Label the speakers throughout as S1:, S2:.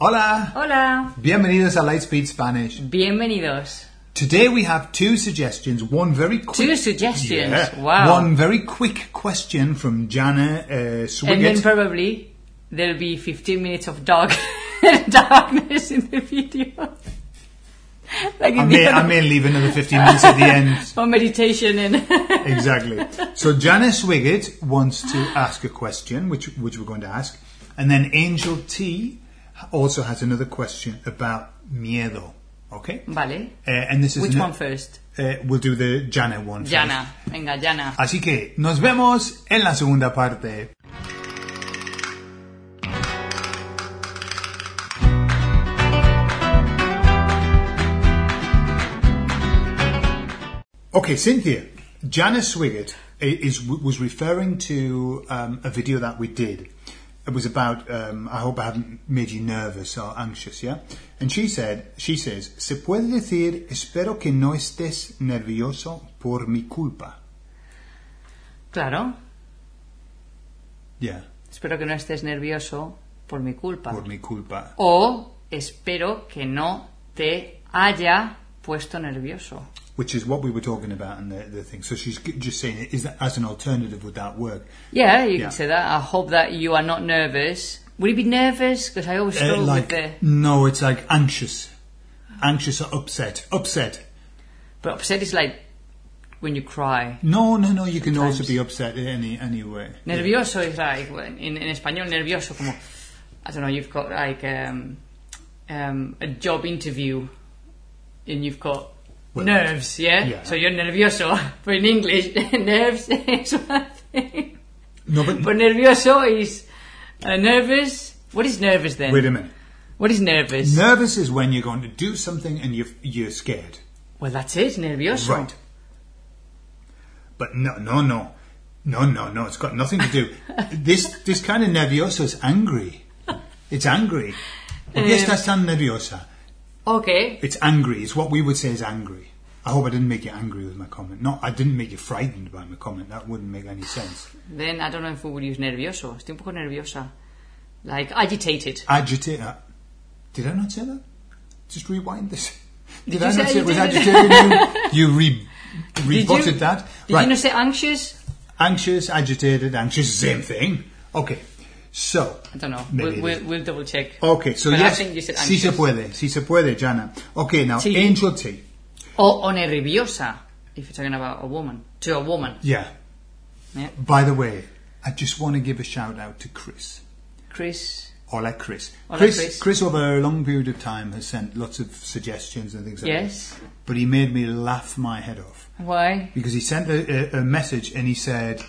S1: Hola!
S2: Hola.
S1: Bienvenidos a Lightspeed Spanish.
S2: Bienvenidos.
S1: Today we have two suggestions. One very quick.
S2: Two suggestions.
S1: Yeah.
S2: Wow.
S1: One very quick question from Jana uh,
S2: And then
S1: Swiggett.
S2: probably there'll be 15 minutes of dark darkness in the video. like in
S1: I,
S2: the
S1: may, I
S2: other-
S1: may leave another 15 minutes at the end.
S2: for meditation and
S1: Exactly. So Jana Swiggett wants to ask a question, which, which we're going to ask. And then Angel T also has another question about miedo. Okay?
S2: Vale.
S1: Uh, and this is
S2: Which
S1: an-
S2: one first?
S1: Uh, we'll do the Jana one. first.
S2: Jana. Venga, Jana.
S1: Así que nos vemos en la segunda parte. Okay, Cynthia, Janice Swigert i- is was referring to um, a video that we did. It was about. Um, I hope I haven't made you nervous or anxious, yeah. And she said, she says, se puede decir, espero que no estés nervioso por mi culpa.
S2: Claro.
S1: Yeah,
S2: Espero que no estés nervioso por mi culpa.
S1: por mi culpa.
S2: O espero que no te haya puesto nervioso.
S1: Which is what we were talking about in the, the thing. So she's g- just saying, it is that as an alternative, would that work?
S2: Yeah, you
S1: Yeah.
S2: can say that. I hope that you are not nervous. Would you be nervous? Because I always
S1: Uh,
S2: struggle
S1: like,
S2: with the.
S1: no, it's like anxious. Anxious or upset. Upset.
S2: But upset is like when you cry.
S1: No, no, no, you can
S2: Sometimes.
S1: also be upset in any, any way.
S2: Nervioso is like when- in, in español nervioso como I don't know. You've got like um, um, a job interview, and you've got
S1: Well,
S2: nerves. Yeah?
S1: yeah.
S2: So you're nervioso. But in English, nerves is one thing.
S1: No, but
S2: But nervioso is uh, nervous. What is nervous then?
S1: wait a minute.
S2: What is nervous?
S1: Nervous is when you're going to do something and you're, you're scared.
S2: well, that's it. Nervioso.
S1: Right. But no, no, no. No, no, no. It's got nothing to do. this this kind of nervioso is angry. It's angry. ¿Por qué
S2: Um,
S1: estás tan nerviosa?
S2: Okay.
S1: It's angry. It's what we would say is angry. I hope I didn't make you angry with my comment. No, I didn't make you frightened by my comment. That wouldn't make any sense.
S2: Then I don't know if we would use nervioso. Estoy un poco nerviosa. Like agitated.
S1: Agitated. uh, Did I not say that? Just rewind this. Did,
S2: you
S1: I
S2: say
S1: not say it was
S2: agitated?
S1: agitated? you you re, rebutted
S2: you,
S1: that.
S2: Did you not say anxious?
S1: Anxious, agitated, anxious, same thing. Okay, so.
S2: I don't know.
S1: Maybe
S2: We'll,
S1: it
S2: we'll, we'll double check.
S1: Okay, so
S2: But I
S1: yes,
S2: think you said
S1: sí se
S2: anxious.
S1: puede, sí se puede, Jana. Okay, now
S2: Sí.
S1: angel tea.
S2: Or, or nerviosa, if you're talking about a woman. To a woman.
S1: Yeah.
S2: Yeah.
S1: By the way, I just want to give a shout out to Chris.
S2: Chris.
S1: Hola, Chris.
S2: Hola,
S1: Chris.
S2: Chris.
S1: over a long period of time, has sent lots of suggestions and things like
S2: Yes.
S1: that. But he made me laugh my head off
S2: Why?
S1: because he sent a, a, a message and he said,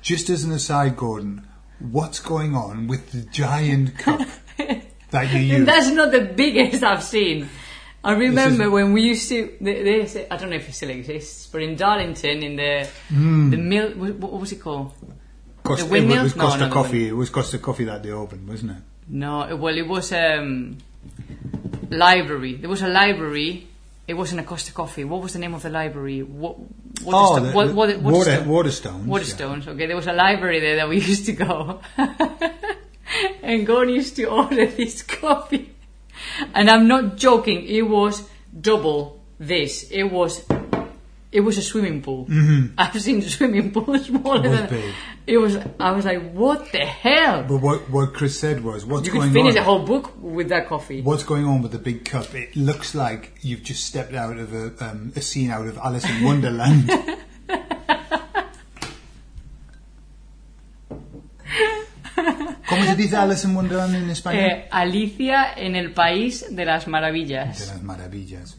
S1: just as an aside, Gordon, what's going on with the giant cup that you use?
S2: That's not the biggest I've seen. I
S1: This
S2: remember
S1: is-
S2: when we used to. They, they, say- I don't know if it still exists, but in Darlington, in the
S1: Hmm.
S2: the mill, what, what was it called?
S1: Costa,
S2: The windmill?
S1: It was
S2: No,
S1: Costa
S2: no, the
S1: Coffee. It was Costa Coffee that they opened, wasn't it?
S2: No, well, it was um, library. There was a library. It wasn't a Costa Coffee. What was the name of the library? What? what
S1: Oh,
S2: the,
S1: the-
S2: what, what,
S1: the
S2: what
S1: Water-
S2: sto-
S1: Waterstones,
S2: Waterstones. Okay, there was a library there that we used to go, and Gordon used to order this coffee. And I'm not joking. It was double this. It was. It was a swimming pool. Mm-hmm. I've seen swimming pools smaller
S1: was
S2: than.
S1: big.
S2: It was. I was like, what the hell?
S1: But what, what Chris said was, what's
S2: You
S1: going
S2: could finish
S1: on?
S2: the whole book with that coffee.
S1: What's going on with the big cup? It looks like you've just stepped out of a, um, a scene out of Alice in Wonderland. ¿Cómo se dice Alice in Wonderland en español?
S2: Eh, Alicia en el País de las
S1: De
S2: Maravillas.
S1: las maravillas.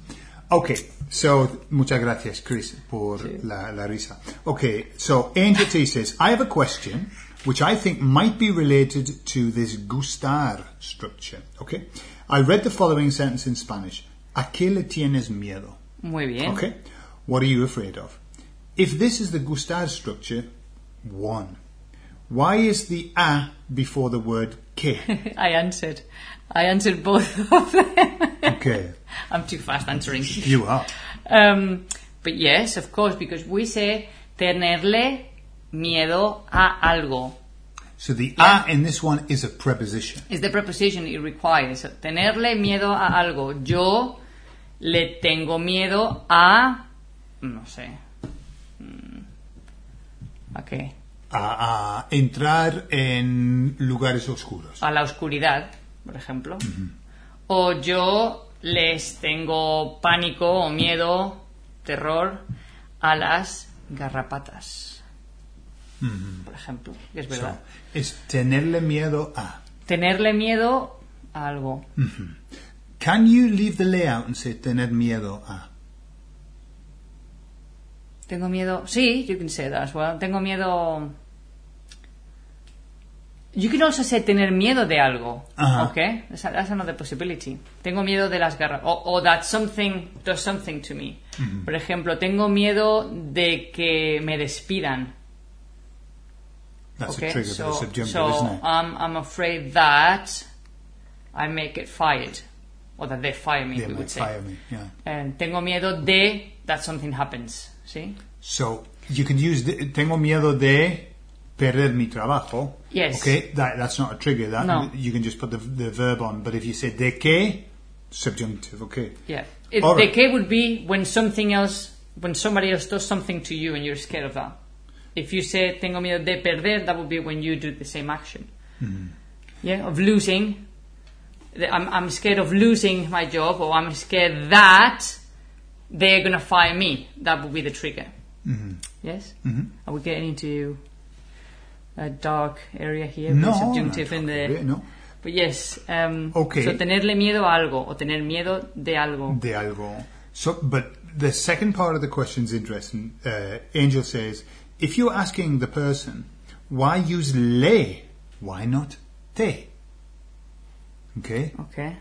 S1: Okay, so muchas gracias, Chris, por la, la risa. Okay, so Angel T says, I have a question which I think might be related to this gustar structure. Okay, I read the following sentence in Spanish: ¿A qué le tienes miedo?
S2: Muy bien.
S1: Okay, what are you afraid of? If this is the gustar structure, one. Why is the a before the word que?
S2: I answered. I answered both of them.
S1: Okay,
S2: I'm too fast answering.
S1: you are.
S2: Um, but yes, of course, because we say tenerle miedo a algo.
S1: So the
S2: Yeah.
S1: a in this one is a preposition.
S2: It's the preposition it requires. Tenerle miedo a algo. Yo le tengo miedo a. No sé. Mm. Ok.
S1: A, a entrar en lugares oscuros.
S2: A la oscuridad, por ejemplo. O yo les tengo pánico o miedo, terror a las garrapatas. Por ejemplo, es
S1: So,
S2: verdad.
S1: es tenerle miedo a.
S2: Tenerle miedo a algo.
S1: Can you leave the layout and say tener miedo a?
S2: Tengo miedo. Sí, you can say that as well. Tengo miedo. You can also say tener miedo de algo.
S1: Ajá.
S2: Okay, that's, that's another possibility. Tengo miedo de las garras. O, o that something does something to me.
S1: Mm-hmm.
S2: Por ejemplo, tengo miedo de que me despidan.
S1: That's
S2: okay,
S1: a trigger,
S2: so,
S1: that's a jumper,
S2: so
S1: isn't it?
S2: um, I'm afraid that I may get fired. Or that they fire me,
S1: They
S2: we
S1: might
S2: would say.
S1: fire me. Yeah.
S2: And tengo miedo de that something happens. ¿Sí?
S1: So you could use the, tengo miedo de perder mi trabajo.
S2: Yes.
S1: Okay, that, that's not a trigger. That
S2: No.
S1: you can just put the, the verb on. But if you say de que, subjunctive. Okay.
S2: Yeah. It,
S1: All
S2: The
S1: right.
S2: K would be when something else, when somebody else does something to you and you're scared of that. If you say tengo miedo de perder, that would be when you do the same action.
S1: Hmm.
S2: Yeah, of losing. The- I'm, I'm scared of losing my job or I'm scared that they're going to fire me. That would be the trigger. Yes? Mm-hmm. Are we getting into a dark area here? with
S1: No.
S2: Subjunctive
S1: not
S2: in
S1: a
S2: the.
S1: trigger, no.
S2: But yes. Um,
S1: Okay.
S2: So tenerle miedo a algo o tener miedo de algo.
S1: de algo. So, but the second part of the question is interesting. Uh, Angel says, if you're asking the person, why use le? Why not te? Okay,
S2: Okay.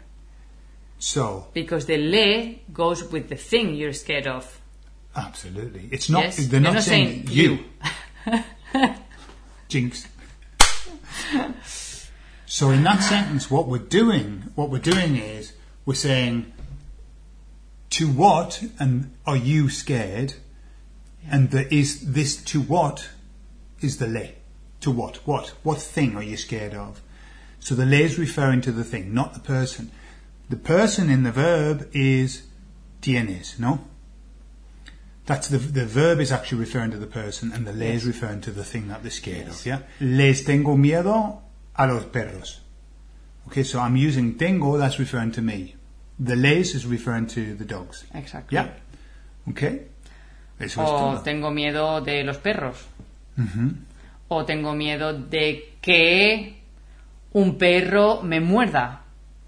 S1: so
S2: Because the le goes with the thing you're scared of.
S1: absolutely, it's not.
S2: yes?
S1: They're not, saying, you. Jinx. so in that sentence, what we're doing, what we're doing is we're saying to what and are you scared, and the is this to what is the lay to what what what thing are you scared of? So the lay is referring to the thing, not the person. The person in the verb is tienes, no. That's the the verb is actually referring to the person, and the le is referring to the thing that they're scared of. Yeah. Les tengo miedo a los perros. Okay, so I'm using tengo. That's referring to me. The les is referring to the dogs.
S2: Exactly.
S1: Yeah. Okay. Eso es
S2: O
S1: todo.
S2: tengo miedo de los perros. O tengo miedo de que un perro me muerda.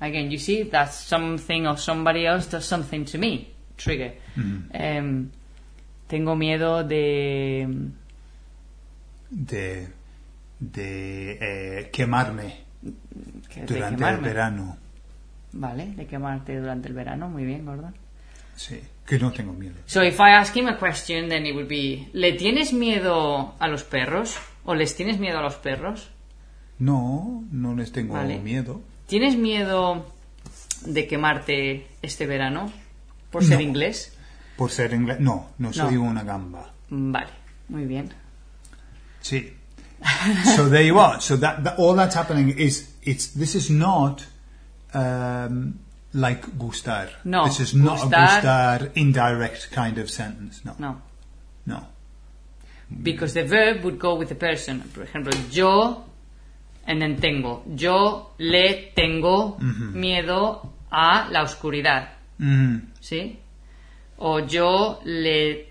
S2: Again, you see, that's something or somebody else does something to me. Trigger. Em, tengo miedo de.
S1: de de eh, quemarme
S2: que- de
S1: durante el
S2: quemarme.
S1: verano.
S2: Vale, de quemarte durante el verano. Muy bien, Gordon.
S1: Sí. Que no tengo miedo.
S2: So if I ask him a question, then it would be, ¿le tienes miedo a los perros? ¿O les tienes miedo a los perros?
S1: No, no les tengo
S2: Vale.
S1: miedo.
S2: ¿Tienes miedo de quemarte este verano por ser
S1: No.
S2: inglés?
S1: Por ser inglés. No, no soy
S2: No.
S1: una gamba.
S2: Vale, muy bien.
S1: See. so there you are. So that, that all that's happening is it's this is not um, like gustar.
S2: No,
S1: this is not
S2: gustar-
S1: a gustar indirect kind of sentence. No,
S2: No,
S1: no.
S2: because the verb would go with the person. Por ejemplo, yo and then tengo. Yo le tengo miedo a la oscuridad.
S1: Mm,
S2: ¿sí? O yo le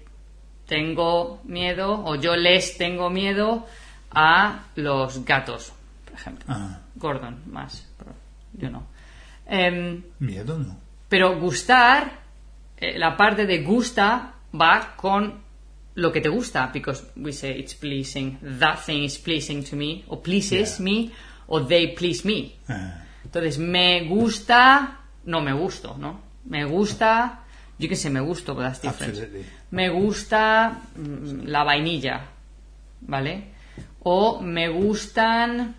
S2: tengo miedo, o yo les tengo miedo a los gatos, por ejemplo.
S1: Ah.
S2: Gordon, más, pero yo no. Em,
S1: miedo no.
S2: pero gustar, eh, la parte de gusta va con lo que te gusta, because we say it's pleasing, that thing is pleasing to me, o pleases
S1: Yeah.
S2: me, o they please me.
S1: Ah,
S2: Entonces, me gusta, no me gusto, ¿no? Me gusta, yo que sé, me gusto, but that's different.
S1: Absolutely.
S2: Me gusta mm, la vainilla, ¿vale? O me gustan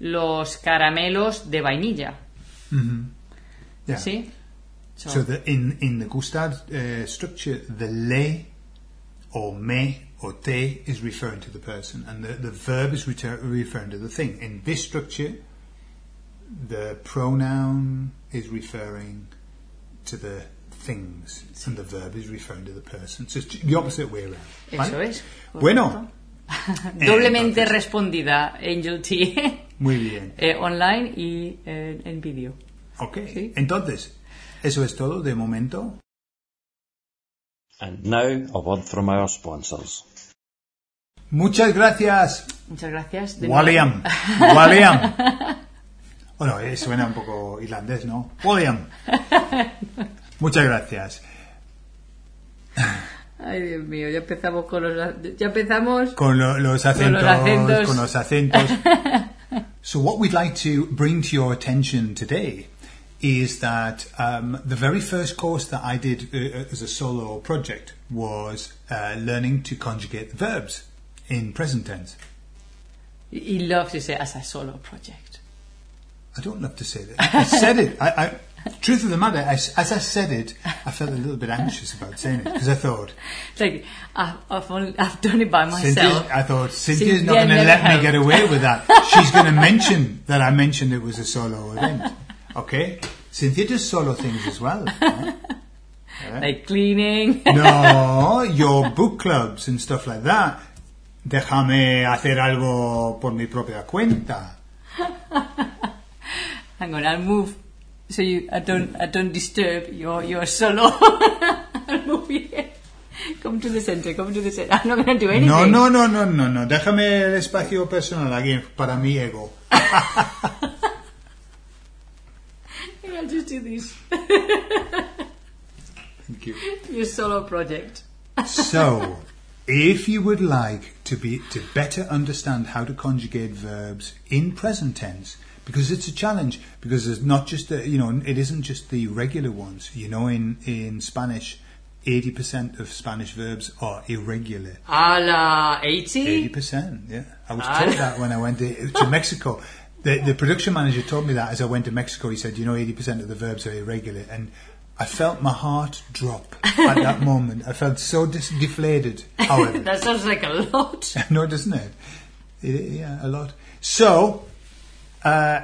S2: los caramelos de vainilla,
S1: yeah.
S2: ¿sí? So,
S1: So the, in in the gustar uh, structure, the le or me or they is referring to the person, and the, the verb is reter- referring to the thing. In this structure, the pronoun is referring to the things, and the verb is referring to the person. So it's the opposite way around.
S2: Eso
S1: ¿vale?
S2: es. correcto.
S1: Bueno.
S2: Doblemente
S1: Entonces,
S2: respondida, Angel T.
S1: Muy bien.
S2: Eh, online y eh, en vídeo.
S1: Ok.
S2: Sí.
S1: Entonces, eso es todo de momento.
S3: And now, a word from our sponsors.
S1: Muchas gracias,
S2: Muchas gracias. de nuevo.
S1: William. William. Bueno, eh, suena un poco irlandés, ¿no? William. Muchas gracias.
S2: Ay, Dios mío, ya empezamos con los. ac- Ya empezamos.
S1: Con lo- los acentos.
S2: acentos.
S1: Con los acentos. so, what we'd like to bring to your attention today is that um, the very first course that I did uh, as a solo project was uh, learning to conjugate the verbs in present tense.
S2: He loves to say as a solo project.
S1: I don't love to say that. I said it. I, I, truth of the matter, as, as I said it, I felt a little bit anxious about saying it because I thought
S2: It's like, I've, I've, only, I've done it by myself.
S1: Cynthia's, I thought Cynthia's not going
S2: Cynthia
S1: to
S2: never
S1: let me
S2: helped.
S1: get away with that. She's going to mention that I mentioned it was a solo event. Okay, Cynthia does solo things as well.
S2: Like cleaning.
S1: No, your book clubs and stuff like that. Déjame hacer algo por mi propia cuenta.
S2: Hang on, I'll move so you I don't I don't disturb your your solo. I'll move here. Come to the center. Come to the center. I'm not going to do anything.
S1: No, no, no, no, no, no. Déjame el espacio personal aquí para mi ego.
S2: I'll just do this.
S1: Thank you.
S2: Your solo project.
S1: So, if you would like to be to better understand how to conjugate verbs in present tense, because it's a challenge, because it's not just the you know it isn't just the regular ones. You know, in in Spanish, eighty percent of Spanish verbs are irregular.
S2: A la
S1: Eighty
S2: 80.
S1: percent, yeah. I was
S2: Ah.
S1: told that when I went to, to Mexico. The, the production manager told me that as I went to Mexico. He said, "You know, eighty percent of the verbs are irregular," and I felt my heart drop at that moment. I felt so dis- deflated. However,
S2: That sounds like a lot.
S1: no, doesn't it? It- Yeah, a lot. So, uh,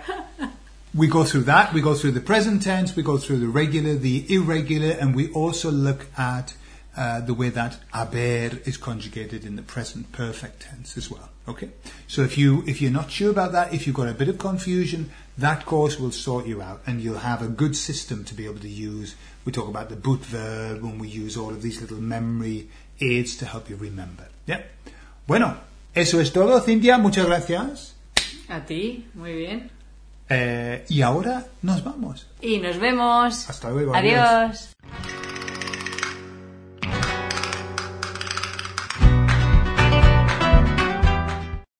S1: we go through that. We go through the present tense. We go through the regular, the irregular, and we also look at uh, the way that haber is conjugated in the present perfect tense as well. Okay. So if you if you're not sure about that, if you've got a bit of confusion, that course will sort you out, and you'll have a good system to be able to use. We talk about the boot verb, and we use all of these little memory aids to help you remember. Yeah. Bueno, eso es todo, Cintia. Muchas gracias.
S2: A ti. Muy bien.
S1: Eh, y ahora nos vamos.
S2: Y nos vemos.
S1: Hasta luego,
S2: Adiós.
S1: adiós.